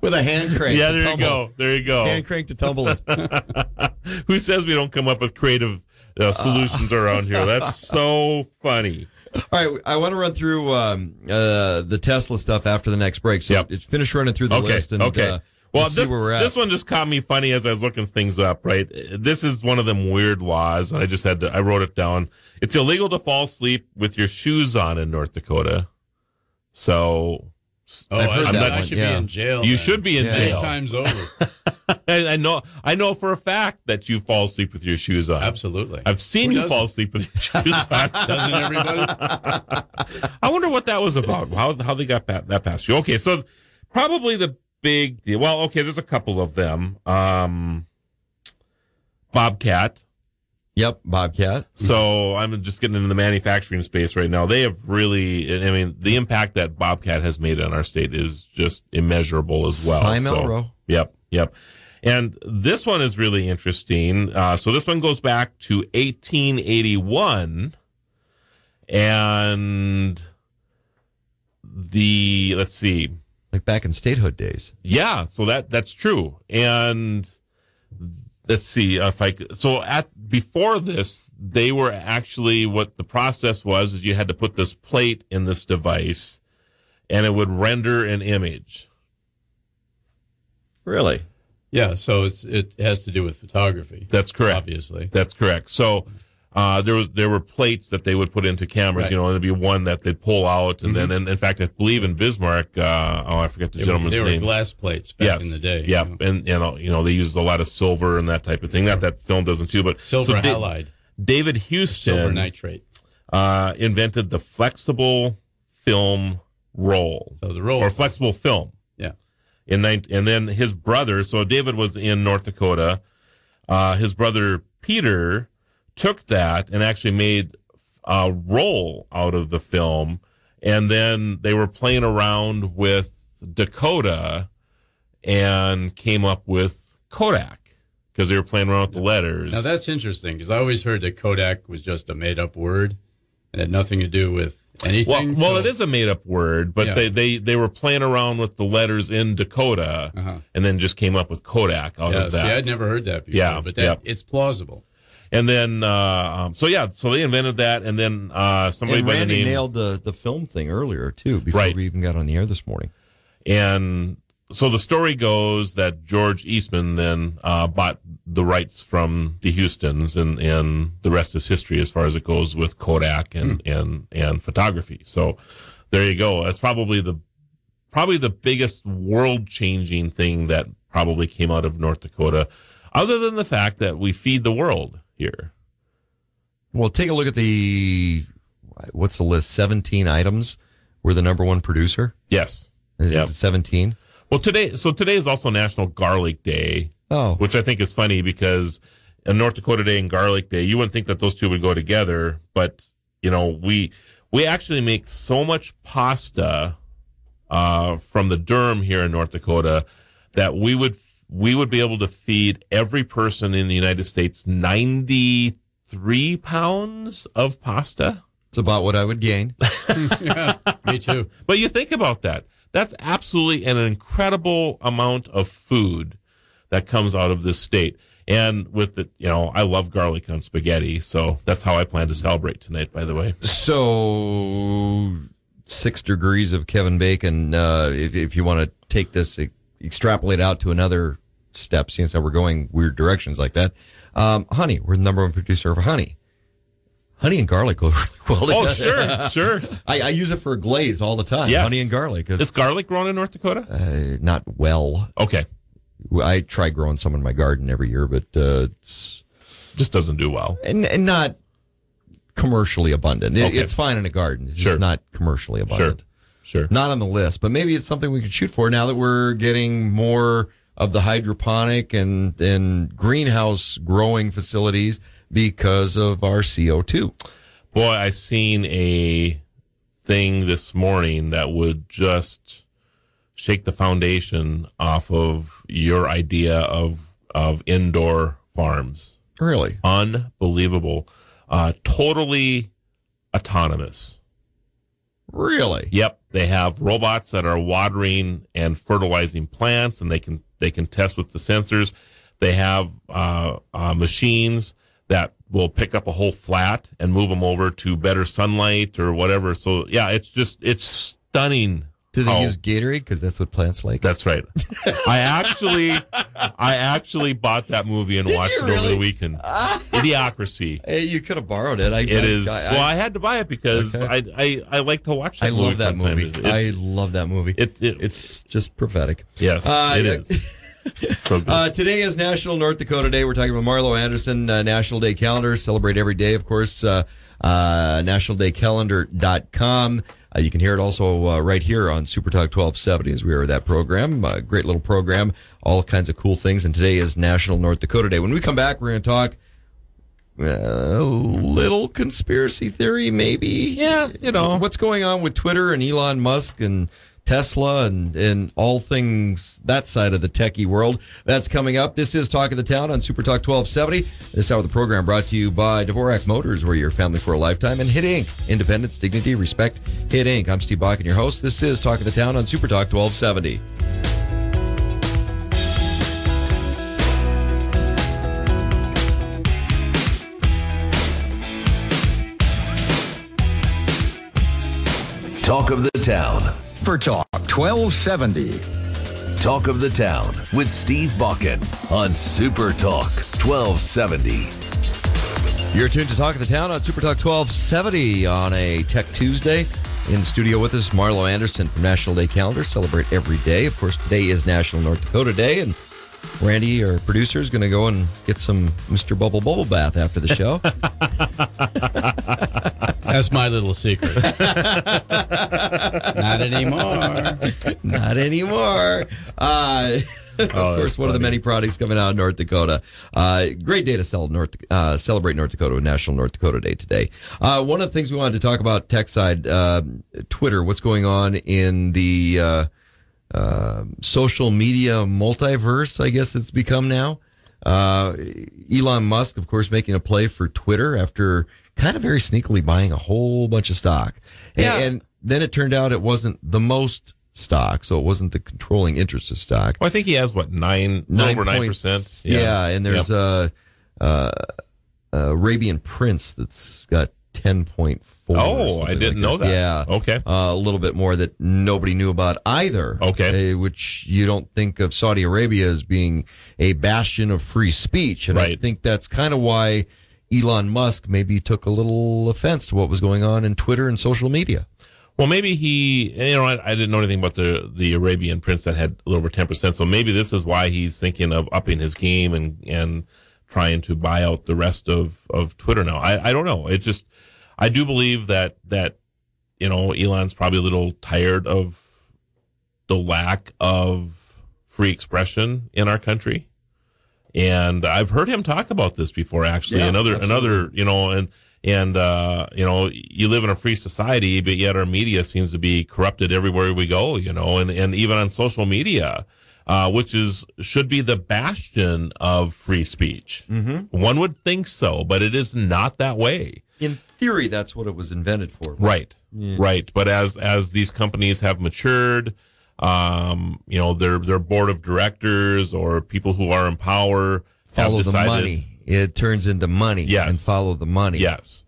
[SPEAKER 2] with a hand crank.
[SPEAKER 3] yeah,
[SPEAKER 2] to
[SPEAKER 3] there you
[SPEAKER 2] tumble.
[SPEAKER 3] go. Oh. There you go.
[SPEAKER 2] Hand crank to tumble it. Uh.
[SPEAKER 3] Who says we don't come up with creative uh, solutions around here? That's so funny.
[SPEAKER 2] All right, I want to run through um, uh, the Tesla stuff after the next break. So
[SPEAKER 3] Yep.
[SPEAKER 2] it's finish running through the
[SPEAKER 3] okay.
[SPEAKER 2] list and
[SPEAKER 3] okay.
[SPEAKER 2] uh,
[SPEAKER 3] well,
[SPEAKER 2] we'll
[SPEAKER 3] this,
[SPEAKER 2] see where we're at.
[SPEAKER 3] this one just caught me funny as I was looking things up. Right, this is one of them weird laws, and I just had to. I wrote it down. It's illegal to fall asleep with your shoes on in North Dakota. So
[SPEAKER 4] Oh,
[SPEAKER 2] I've
[SPEAKER 4] I,
[SPEAKER 2] heard
[SPEAKER 4] I'm
[SPEAKER 2] that
[SPEAKER 4] not- I
[SPEAKER 2] one,
[SPEAKER 4] should
[SPEAKER 2] yeah.
[SPEAKER 4] be in jail.
[SPEAKER 3] you
[SPEAKER 4] then.
[SPEAKER 3] should be in
[SPEAKER 2] Yeah.
[SPEAKER 4] Three
[SPEAKER 3] jail.
[SPEAKER 4] times over.
[SPEAKER 3] I, I know. I know for a fact that you fall asleep with your shoes on.
[SPEAKER 4] Absolutely.
[SPEAKER 3] I've seen
[SPEAKER 4] Who
[SPEAKER 3] you
[SPEAKER 4] doesn't?
[SPEAKER 3] fall asleep with your shoes on.
[SPEAKER 4] Doesn't everybody?
[SPEAKER 3] I wonder what that was about. How how they got that, that past you? Okay, so probably the big deal. Well, okay, there's a couple of them. Um, Bobcat.
[SPEAKER 4] Mm-hmm.
[SPEAKER 2] Yep, Bobcat.
[SPEAKER 3] So I'm just getting into the manufacturing space right now. They have really, I mean, the impact that Bobcat has made on our state is just immeasurable as well.
[SPEAKER 2] Cy
[SPEAKER 3] So-
[SPEAKER 2] Melrow.
[SPEAKER 3] Yep, yep. And this one is really interesting. Uh, so this one goes back to 1881, and the let's see,
[SPEAKER 2] Like back in statehood days.
[SPEAKER 3] yeah, so that that's true. And let's see if I c- so at before this, they were actually what the process was is you had to put this plate in this device, and it would render an image.
[SPEAKER 2] Really?
[SPEAKER 4] Yeah. So it's it has to do with photography.
[SPEAKER 3] That's correct.
[SPEAKER 4] Obviously.
[SPEAKER 3] That's correct. So uh, there was there were plates that they would put into cameras,
[SPEAKER 4] Right. Mm-hmm.
[SPEAKER 3] you know, and there'd be one that they'd pull out, and then and in fact, I believe in Bismarck. Uh, oh, I forget the
[SPEAKER 4] They, were-
[SPEAKER 3] gentleman's
[SPEAKER 4] they were
[SPEAKER 3] name.
[SPEAKER 4] glass plates back
[SPEAKER 3] yes.
[SPEAKER 4] in the day. you
[SPEAKER 3] Yeah,
[SPEAKER 4] know.
[SPEAKER 3] and you know, you know, they used a lot of silver and that type of thing. Not that film doesn't do, but
[SPEAKER 4] Silver
[SPEAKER 3] so Da-
[SPEAKER 4] halide,
[SPEAKER 3] David
[SPEAKER 4] silver
[SPEAKER 3] Houston
[SPEAKER 4] nitrate.
[SPEAKER 3] uh, invented the flexible film roll
[SPEAKER 4] So the roll.
[SPEAKER 3] or flexible film
[SPEAKER 4] yeah.
[SPEAKER 3] in nine, and then his brother. So David was in North Dakota. Uh, his brother Peter took that and actually made a roll out of the film, and then they were playing around with Dakota and came up with Kodak because they were playing around with the letters.
[SPEAKER 4] Now that's interesting because I always heard that Kodak was just a made up word and had nothing to do with
[SPEAKER 3] well,
[SPEAKER 4] anything.
[SPEAKER 3] well,
[SPEAKER 4] so-
[SPEAKER 3] it is a made up word, but
[SPEAKER 4] Yeah.
[SPEAKER 3] they, they, they were playing around with the letters in Dakota
[SPEAKER 4] Uh-huh.
[SPEAKER 3] and then just came up with Kodak out
[SPEAKER 4] Yeah,
[SPEAKER 3] of
[SPEAKER 4] see,
[SPEAKER 3] that.
[SPEAKER 4] I'd never heard that before,
[SPEAKER 3] Yeah,
[SPEAKER 4] but that,
[SPEAKER 3] yeah.
[SPEAKER 4] it's plausible.
[SPEAKER 3] And then, uh, um, so yeah, so they invented that, and then uh, somebody
[SPEAKER 2] and
[SPEAKER 3] by
[SPEAKER 2] Randy
[SPEAKER 3] the name
[SPEAKER 2] nailed the, the film thing earlier, too, before
[SPEAKER 3] Right.
[SPEAKER 2] we even got on the air this morning.
[SPEAKER 3] and so the story goes that George Eastman then uh, bought the rights from the Houston's, and and the rest is history as far as it goes with Kodak and
[SPEAKER 2] Hmm.
[SPEAKER 3] and and photography. So there you go. That's probably the probably the biggest world changing thing that probably came out of North Dakota, other than the fact that we feed the world here.
[SPEAKER 2] Well, take a look at the, what's the list? 17 items. We're the number one producer.
[SPEAKER 3] Yes.
[SPEAKER 2] Is
[SPEAKER 3] Yep.
[SPEAKER 2] it 17?
[SPEAKER 3] Well, today, so today is also National Garlic Day,
[SPEAKER 2] Oh,
[SPEAKER 3] which I think is funny because on North Dakota Day and Garlic Day, you wouldn't think that those two would go together, but you know, we we actually make so much pasta uh, from the Durham here in North Dakota that we would we would be able to feed every person in the United States ninety three pounds of pasta.
[SPEAKER 2] it's about what I would gain.
[SPEAKER 4] Me too.
[SPEAKER 3] But you think about that. That's absolutely an incredible amount of food that comes out of this state. And with the, you know, I love garlic on spaghetti. So that's how I plan to celebrate tonight, by the way.
[SPEAKER 2] So six degrees of Kevin Bacon. Uh, if, if you want to take this, e- extrapolate out to another step, since that we're going weird directions like that. Um, honey, we're the number one producer of honey. Honey and garlic go really well.
[SPEAKER 3] Oh,
[SPEAKER 2] together.
[SPEAKER 3] sure, sure.
[SPEAKER 2] I, I use it for a glaze all the time.
[SPEAKER 3] Yes.
[SPEAKER 2] Honey and garlic. It's
[SPEAKER 3] Is garlic grown in North Dakota?
[SPEAKER 2] uh, not well.
[SPEAKER 3] Okay.
[SPEAKER 2] I try growing some in my garden every year, but uh, it's
[SPEAKER 3] Just doesn't do well.
[SPEAKER 2] and, and not commercially abundant. It,
[SPEAKER 3] Okay.
[SPEAKER 2] It's fine in a garden. It's
[SPEAKER 3] Sure.
[SPEAKER 2] just not commercially abundant.
[SPEAKER 3] Sure.
[SPEAKER 2] Not on the list, but maybe it's something we could shoot for now that we're getting more of the hydroponic and, and greenhouse growing facilities because of our CO2.
[SPEAKER 3] Boy, I seen a thing this morning that would just shake the foundation off of your idea of of indoor farms.
[SPEAKER 2] Really?
[SPEAKER 3] unbelievable. Uh, totally autonomous.
[SPEAKER 2] Really?
[SPEAKER 3] Yep, they have robots that are watering and fertilizing plants, and they can they can test with the sensors. They have uh, uh, machines that will pick up a whole flat and move them over to better sunlight or whatever. So yeah, it's just it's stunning.
[SPEAKER 2] Do they
[SPEAKER 3] how-
[SPEAKER 2] use Gatorade? Because that's what plants like.
[SPEAKER 3] That's right. I actually, I actually bought that movie and
[SPEAKER 2] Did
[SPEAKER 3] watched it
[SPEAKER 2] you
[SPEAKER 3] over
[SPEAKER 2] really?
[SPEAKER 3] the weekend. Idiocracy.
[SPEAKER 2] Hey, you could have borrowed it. I,
[SPEAKER 3] It
[SPEAKER 2] I,
[SPEAKER 3] is.
[SPEAKER 2] I,
[SPEAKER 3] well, I had to buy it because
[SPEAKER 2] Okay.
[SPEAKER 3] I, I I like to watch. That
[SPEAKER 2] I
[SPEAKER 3] movie
[SPEAKER 2] love that
[SPEAKER 3] from time
[SPEAKER 2] movie.
[SPEAKER 3] to-
[SPEAKER 2] I
[SPEAKER 3] It's,
[SPEAKER 2] love that movie.
[SPEAKER 3] it, it,
[SPEAKER 2] it's just prophetic.
[SPEAKER 3] yes,
[SPEAKER 2] Uh,
[SPEAKER 3] it
[SPEAKER 2] yeah.
[SPEAKER 3] is. so good.
[SPEAKER 2] Uh, today is National North Dakota Day. We're talking about Marlo Anderson, uh, National Day Calendar. Celebrate every day, of course, uh, uh, nationaldaycalendar.com. Uh, you can hear it also uh, right here on Super Talk 1270 as we are that program. Uh, great little program, all kinds of cool things. And today is National North Dakota Day. When we come back, we're going to talk uh, little conspiracy theory, maybe.
[SPEAKER 3] yeah, you know.
[SPEAKER 2] What's going on with Twitter and Elon Musk and Tesla and, and all things that side of the techie world? That's coming up. This is Talk of the Town on Super Talk 1270. This hour of the program brought to you by Dvorak Motors, where your family for a lifetime, and Hit Inc. Independence, dignity, respect. Hit Inc. I'm Steve Bakken, your host. This is Talk of the Town on Super Talk 1270.
[SPEAKER 1] Talk of the Town.
[SPEAKER 5] Super Talk 1270.
[SPEAKER 1] Talk of the Town with Steve Bakken on Super Talk 1270.
[SPEAKER 2] You're tuned to Talk of the Town on Super Talk 1270 on a Tech Tuesday. In the studio with us, Marlo Anderson from National Day Calendar. Celebrate every day. Of course, today is National North Dakota Day, and Randy, our producer, is going to go and get some Mr. Bubble Bubble Bath after the show.
[SPEAKER 4] That's my little secret. Not anymore.
[SPEAKER 2] Not anymore. Uh, of
[SPEAKER 3] Oh,
[SPEAKER 2] course,
[SPEAKER 3] that's
[SPEAKER 2] one of the
[SPEAKER 3] funny.
[SPEAKER 2] many products coming out of North Dakota. Uh, great day to sell North, uh, celebrate North Dakota with National North Dakota Day today. Uh, one of the things we wanted to talk about tech side, uh, Twitter, what's going on in the uh, uh, social media multiverse, I guess it's become now. Uh, Elon Musk, of course, making a play for Twitter after kind of very sneakily buying a whole bunch of stock. And,
[SPEAKER 3] Yeah.
[SPEAKER 2] and then it turned out it wasn't the most stock, so it wasn't the controlling interest of stock.
[SPEAKER 3] Well, I think he has what nine,
[SPEAKER 2] Nine
[SPEAKER 3] over nine
[SPEAKER 2] points-
[SPEAKER 3] percent.
[SPEAKER 2] Yeah. and there's
[SPEAKER 3] Yep.
[SPEAKER 2] a uh, uh, Arabian Prince that's got ten point four.
[SPEAKER 3] oh, I didn't know that.
[SPEAKER 2] Yeah,
[SPEAKER 3] Okay.
[SPEAKER 2] uh, a little bit more that nobody knew about either.
[SPEAKER 3] Okay.
[SPEAKER 2] Uh, which you don't think of Saudi Arabia as being a bastion of free speech. And I
[SPEAKER 3] Right.
[SPEAKER 2] think that's kind of why Elon Musk maybe took a little offense to what was going on in Twitter and social media.
[SPEAKER 3] Well, maybe he, and, you know, I, I didn't know anything about the the Arabian Prince that had a little over ten percent. So maybe this is why he's thinking of upping his game and and trying to buy out the rest of of Twitter now. I I don't know. It just I do believe that that you know Elon's probably a little tired of the lack of free expression in our country. And I've heard him talk about this before, actually.
[SPEAKER 2] Yeah,
[SPEAKER 3] another,
[SPEAKER 2] absolutely.
[SPEAKER 3] another, you know, and, and, uh, you know, you live in a free society, but yet our media seems to be corrupted everywhere we go, you know, and, and even on social media, uh, which is, should be the bastion of free speech. Mm-hmm. One would think so, but it is not that way.
[SPEAKER 2] In theory, that's what it was invented for.
[SPEAKER 3] Right. Right. But as as these companies have matured, um, you know, their their board of directors or people who are in power have
[SPEAKER 2] Follow the
[SPEAKER 3] decided-
[SPEAKER 2] money. It turns into money.
[SPEAKER 3] Yes.
[SPEAKER 2] And follow the money.
[SPEAKER 3] Yes.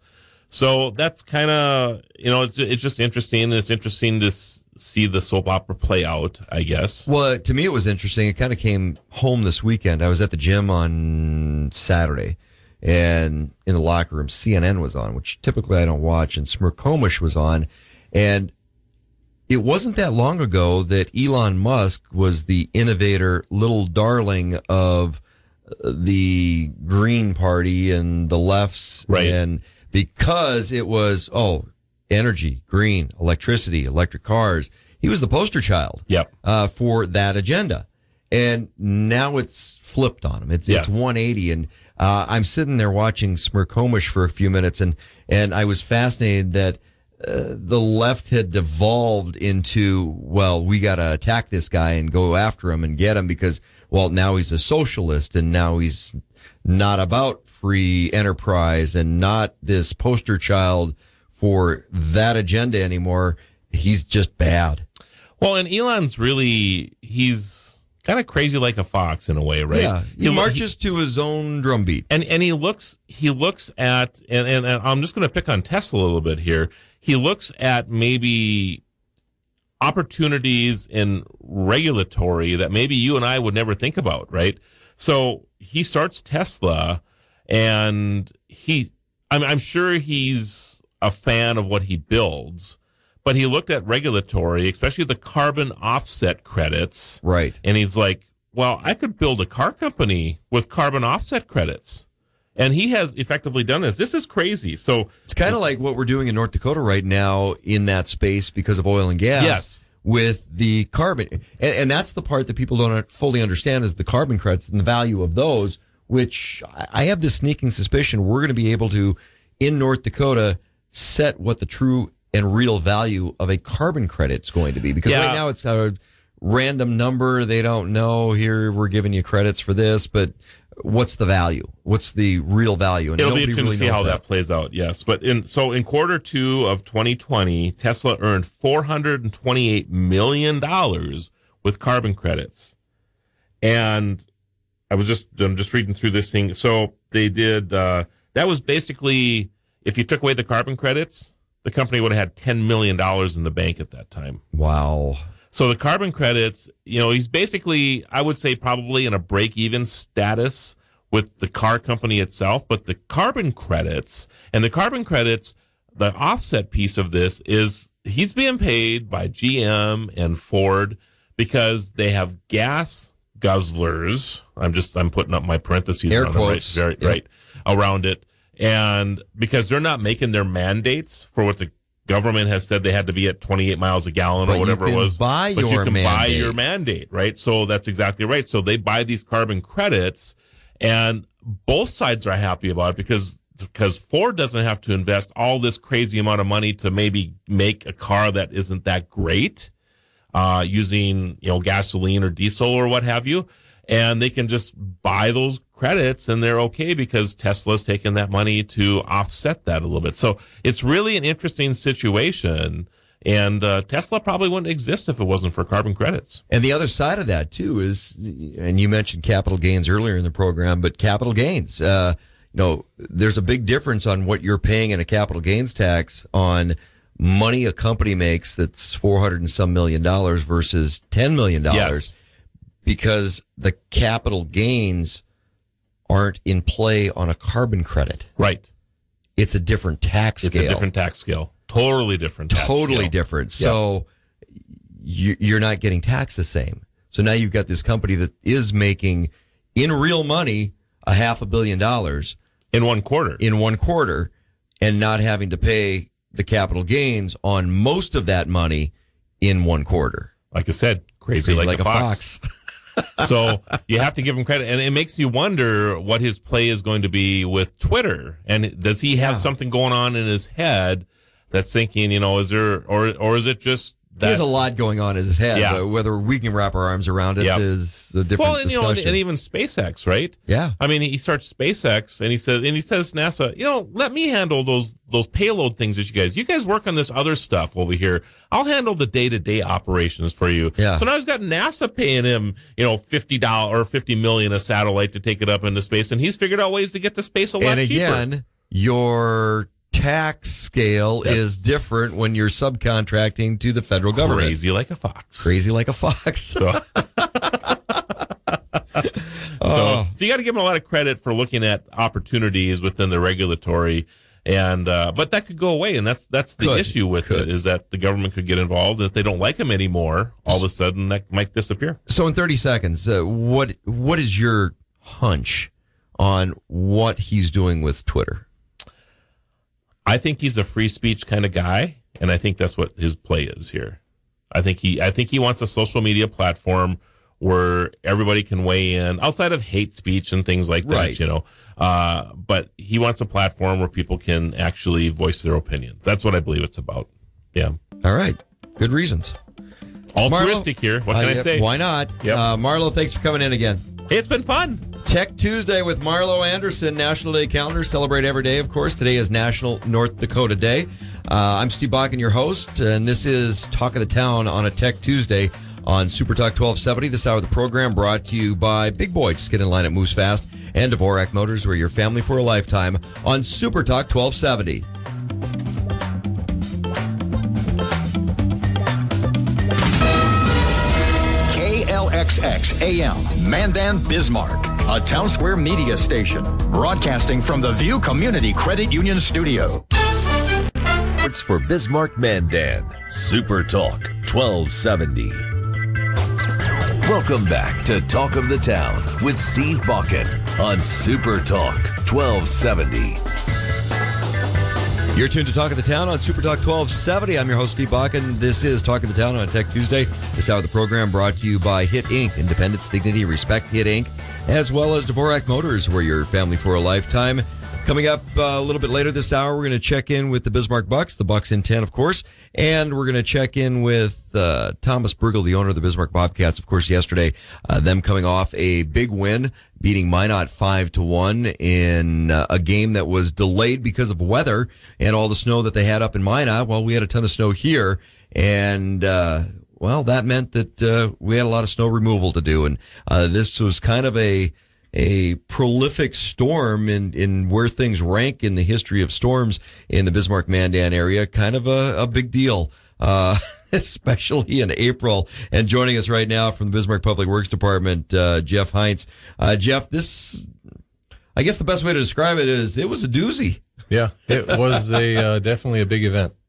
[SPEAKER 3] So that's kind of you know it's, it's just interesting. It's interesting to s- see the soap opera play out. I guess.
[SPEAKER 2] Well, to me, it was interesting. It kind of came home this weekend. I was at the gym on Saturday, and in the locker room, CNN was on, which typically I don't watch, and Smirkomish was on. And it wasn't that long ago that Elon Musk was the innovator, little darling of uh, the Green Party and the left's.
[SPEAKER 3] Right.
[SPEAKER 2] And because it was, oh, energy, green, electricity, electric cars. He was the poster child
[SPEAKER 3] Yep.
[SPEAKER 2] uh, for that agenda. And now it's flipped on him. It's, it's
[SPEAKER 3] Yes.
[SPEAKER 2] 180. And uh, I'm sitting there watching Smirkomish for a few minutes, and, and I was fascinated that uh, the left had devolved into, well, we got to attack this guy and go after him and get him because, well, now he's a socialist and now he's not about free enterprise and not this poster child for that agenda anymore. He's just bad.
[SPEAKER 3] Well, and Elon's really he's kind of crazy like a fox in a way, right?
[SPEAKER 2] Yeah, he,
[SPEAKER 3] lo-
[SPEAKER 2] marches to his own drumbeat.
[SPEAKER 3] and and he looks he looks at and and, and I'm just going to pick on Tesla a little bit here. He looks at maybe opportunities in regulatory that maybe you and I would never think about, right? So he starts Tesla, and he I'm I'm sure he's a fan of what he builds, but he looked at regulatory, especially the carbon offset credits,
[SPEAKER 2] Right.
[SPEAKER 3] and he's like, "Well, I could build a car company with carbon offset credits," and he has effectively done this. This is crazy. So
[SPEAKER 2] It's kind of like what we're doing in North Dakota right now in that space because of oil and gas.
[SPEAKER 3] Yes.
[SPEAKER 2] With the carbon, and, and that's the part that people don't fully understand is the carbon credits and the value of those. Which I- I have this sneaking suspicion we're going to be able to, in North Dakota, set what the true and real value of a carbon credit's going to be. Because
[SPEAKER 3] Yeah.
[SPEAKER 2] right now it's got a random number they don't know. Here we're giving you credits for this, but what's the value? What's the real value? And
[SPEAKER 3] it'll be
[SPEAKER 2] nobody
[SPEAKER 3] interesting
[SPEAKER 2] really
[SPEAKER 3] to see
[SPEAKER 2] knows
[SPEAKER 3] how that plays out. Yes, but in so in quarter two of 2020, Tesla earned 428 million dollars with carbon credits, and I was just I'm just reading through this thing. So they did uh, that was basically if you took away the carbon credits, the company would have had 10 million dollars in the bank at that time.
[SPEAKER 2] Wow.
[SPEAKER 3] So the carbon credits, you know, he's basically, I would say, probably in a break even status with the car company itself. But the carbon credits and the carbon credits, the offset piece of this is he's being paid by GM and Ford because they have gas guzzlers. I'm just, I'm putting up my parentheses
[SPEAKER 2] Air
[SPEAKER 3] around
[SPEAKER 2] quotes.
[SPEAKER 3] the right,
[SPEAKER 2] Yep.
[SPEAKER 3] very, right around it. And because they're not making their mandates for what the government has said they had to be at 28 miles a gallon
[SPEAKER 2] But
[SPEAKER 3] or
[SPEAKER 2] you
[SPEAKER 3] whatever
[SPEAKER 2] can
[SPEAKER 3] it was.
[SPEAKER 2] buy
[SPEAKER 3] but
[SPEAKER 2] your
[SPEAKER 3] you can buy
[SPEAKER 2] mandate.
[SPEAKER 3] your mandate, right? So that's exactly right. So they buy these carbon credits, and both sides are happy about it because because Ford doesn't have to invest all this crazy amount of money to maybe make a car that isn't that great uh, using you know gasoline or diesel or what have you, and they can just buy those credits and they're okay because Tesla's taking that money to offset that a little bit. So it's really an interesting situation, and uh, Tesla probably wouldn't exist if it wasn't for carbon credits.
[SPEAKER 2] And the other side of that too is, and you mentioned capital gains earlier in the program, but capital gains, uh, you know, there's a big difference on what you're paying in a capital gains tax on money a company makes that's 400 and some million dollars versus 10 million dollars because the capital gains aren't in play on a carbon credit.
[SPEAKER 3] right.
[SPEAKER 2] It's a different tax
[SPEAKER 3] It's
[SPEAKER 2] scale.
[SPEAKER 3] a different tax scale, totally different, tax
[SPEAKER 2] totally
[SPEAKER 3] scale.
[SPEAKER 2] different. So you, you're not getting taxed the same. So now you've got this company that is making in real money a half a billion dollars
[SPEAKER 3] in one quarter.
[SPEAKER 2] in one quarter and not having to pay the capital gains on most of that money in one quarter.
[SPEAKER 3] Like I said, crazy,
[SPEAKER 2] Crazy
[SPEAKER 3] like, a fox. so you have to give him credit. And it makes me wonder what his play is going to be with Twitter. And does he have something going on in his head that's thinking, you know, is there, or, or is it just that?
[SPEAKER 2] There's a lot going on in his head,
[SPEAKER 3] Yeah.
[SPEAKER 2] but whether we can wrap our arms around it is
[SPEAKER 3] Yep.
[SPEAKER 2] a different
[SPEAKER 3] well, and, you know, and,
[SPEAKER 2] discussion.
[SPEAKER 3] and even SpaceX, right?
[SPEAKER 2] yeah.
[SPEAKER 3] I mean, he starts SpaceX and he says, and he tells NASA, you know, let me handle those, those payload things that you guys, you guys work on this other stuff over here. I'll handle the day to day operations for you.
[SPEAKER 2] Yeah.
[SPEAKER 3] So now he's got NASA paying him, you know, $50 or 50 million a satellite to take it up into space. And he's figured out ways to get to space a lot
[SPEAKER 2] and again,
[SPEAKER 3] cheaper.
[SPEAKER 2] your tax scale
[SPEAKER 3] That's-
[SPEAKER 2] is different when you're subcontracting to the federal government.
[SPEAKER 3] Crazy like a fox.
[SPEAKER 2] Crazy like a fox.
[SPEAKER 3] So, so,
[SPEAKER 2] Oh.
[SPEAKER 3] Uh, so you got to give him a lot of credit for looking at opportunities within the regulatory, and uh, but that could go away, and that's that's the
[SPEAKER 2] Could.
[SPEAKER 3] issue with
[SPEAKER 2] Could.
[SPEAKER 3] it is that the government could get involved if they don't like him anymore. All of a sudden, that might disappear.
[SPEAKER 2] So in 30 seconds, uh, what what is your hunch on what he's doing with Twitter?
[SPEAKER 3] I think he's a free speech kind of guy, and I think that's what his play is here. I think he I think he wants a social media platform where everybody can weigh in outside of hate speech and things like
[SPEAKER 2] Right.
[SPEAKER 3] that, you know. Uh, but he wants a platform where people can actually voice their opinion. That's what I believe it's about. Yeah.
[SPEAKER 2] All right. Good reasons.
[SPEAKER 3] Altruistic here. What
[SPEAKER 2] Uh,
[SPEAKER 3] can I
[SPEAKER 2] yeah,
[SPEAKER 3] say?
[SPEAKER 2] Why not?
[SPEAKER 3] Yep.
[SPEAKER 2] Uh, Marlo, thanks for coming in again.
[SPEAKER 3] Hey, it's been fun.
[SPEAKER 2] Tech Tuesday with Marlo Anderson, National Day Calendar. Celebrate every day, of course. Today is National North Dakota Day. Uh, I'm Steve Bakken, your host, and this is Talk of the Town on a Tech Tuesday on Super Talk 1270. This hour of the program brought to you by Big Boy. Just get in line, it moves fast. And Dvorak Motors, where your family for a lifetime on Super Talk 1270.
[SPEAKER 5] KLXX AM, Mandan Bismarck, a town square media station, broadcasting from the View Community Credit Union Studio.
[SPEAKER 1] Sports for Bismarck Mandan, Super Talk 1270. Welcome back to Talk of the Town with Steve Bakken on Super Talk 1270.
[SPEAKER 2] You're tuned to Talk of the Town on Super Talk 1270. I'm your host, Steve Bakken. This is Talk of the Town on Tech Tuesday. This hour of the program brought to you by Hit Inc., Independence, Dignity, Respect, Hit Inc., as well as Dvorak Motors, where your family for a lifetime. Coming up uh, a little bit later this hour, we're going to check in with the Bismarck Bucks, the Bucks in 10, of course, and we're going to check in with uh, Thomas Brugel, the owner of the Bismarck Bobcats, of course, yesterday. Uh, them coming off a big win, beating Minot 5 to 1 in uh, a game that was delayed because of weather and all the snow that they had up in Minot. Well, we had a ton of snow here, and uh, well, that meant that uh, we had a lot of snow removal to do, and uh, this was kind of a a prolific storm in, in where things rank in the history of storms in the Bismarck Mandan area. Kind of a, a big deal, uh, especially in April. And joining us right now from the Bismarck Public Works Department, uh, Jeff Heinz. Uh, Jeff, this, I guess the best way to describe it is it was a doozy.
[SPEAKER 6] Yeah, it was a uh, definitely a big event.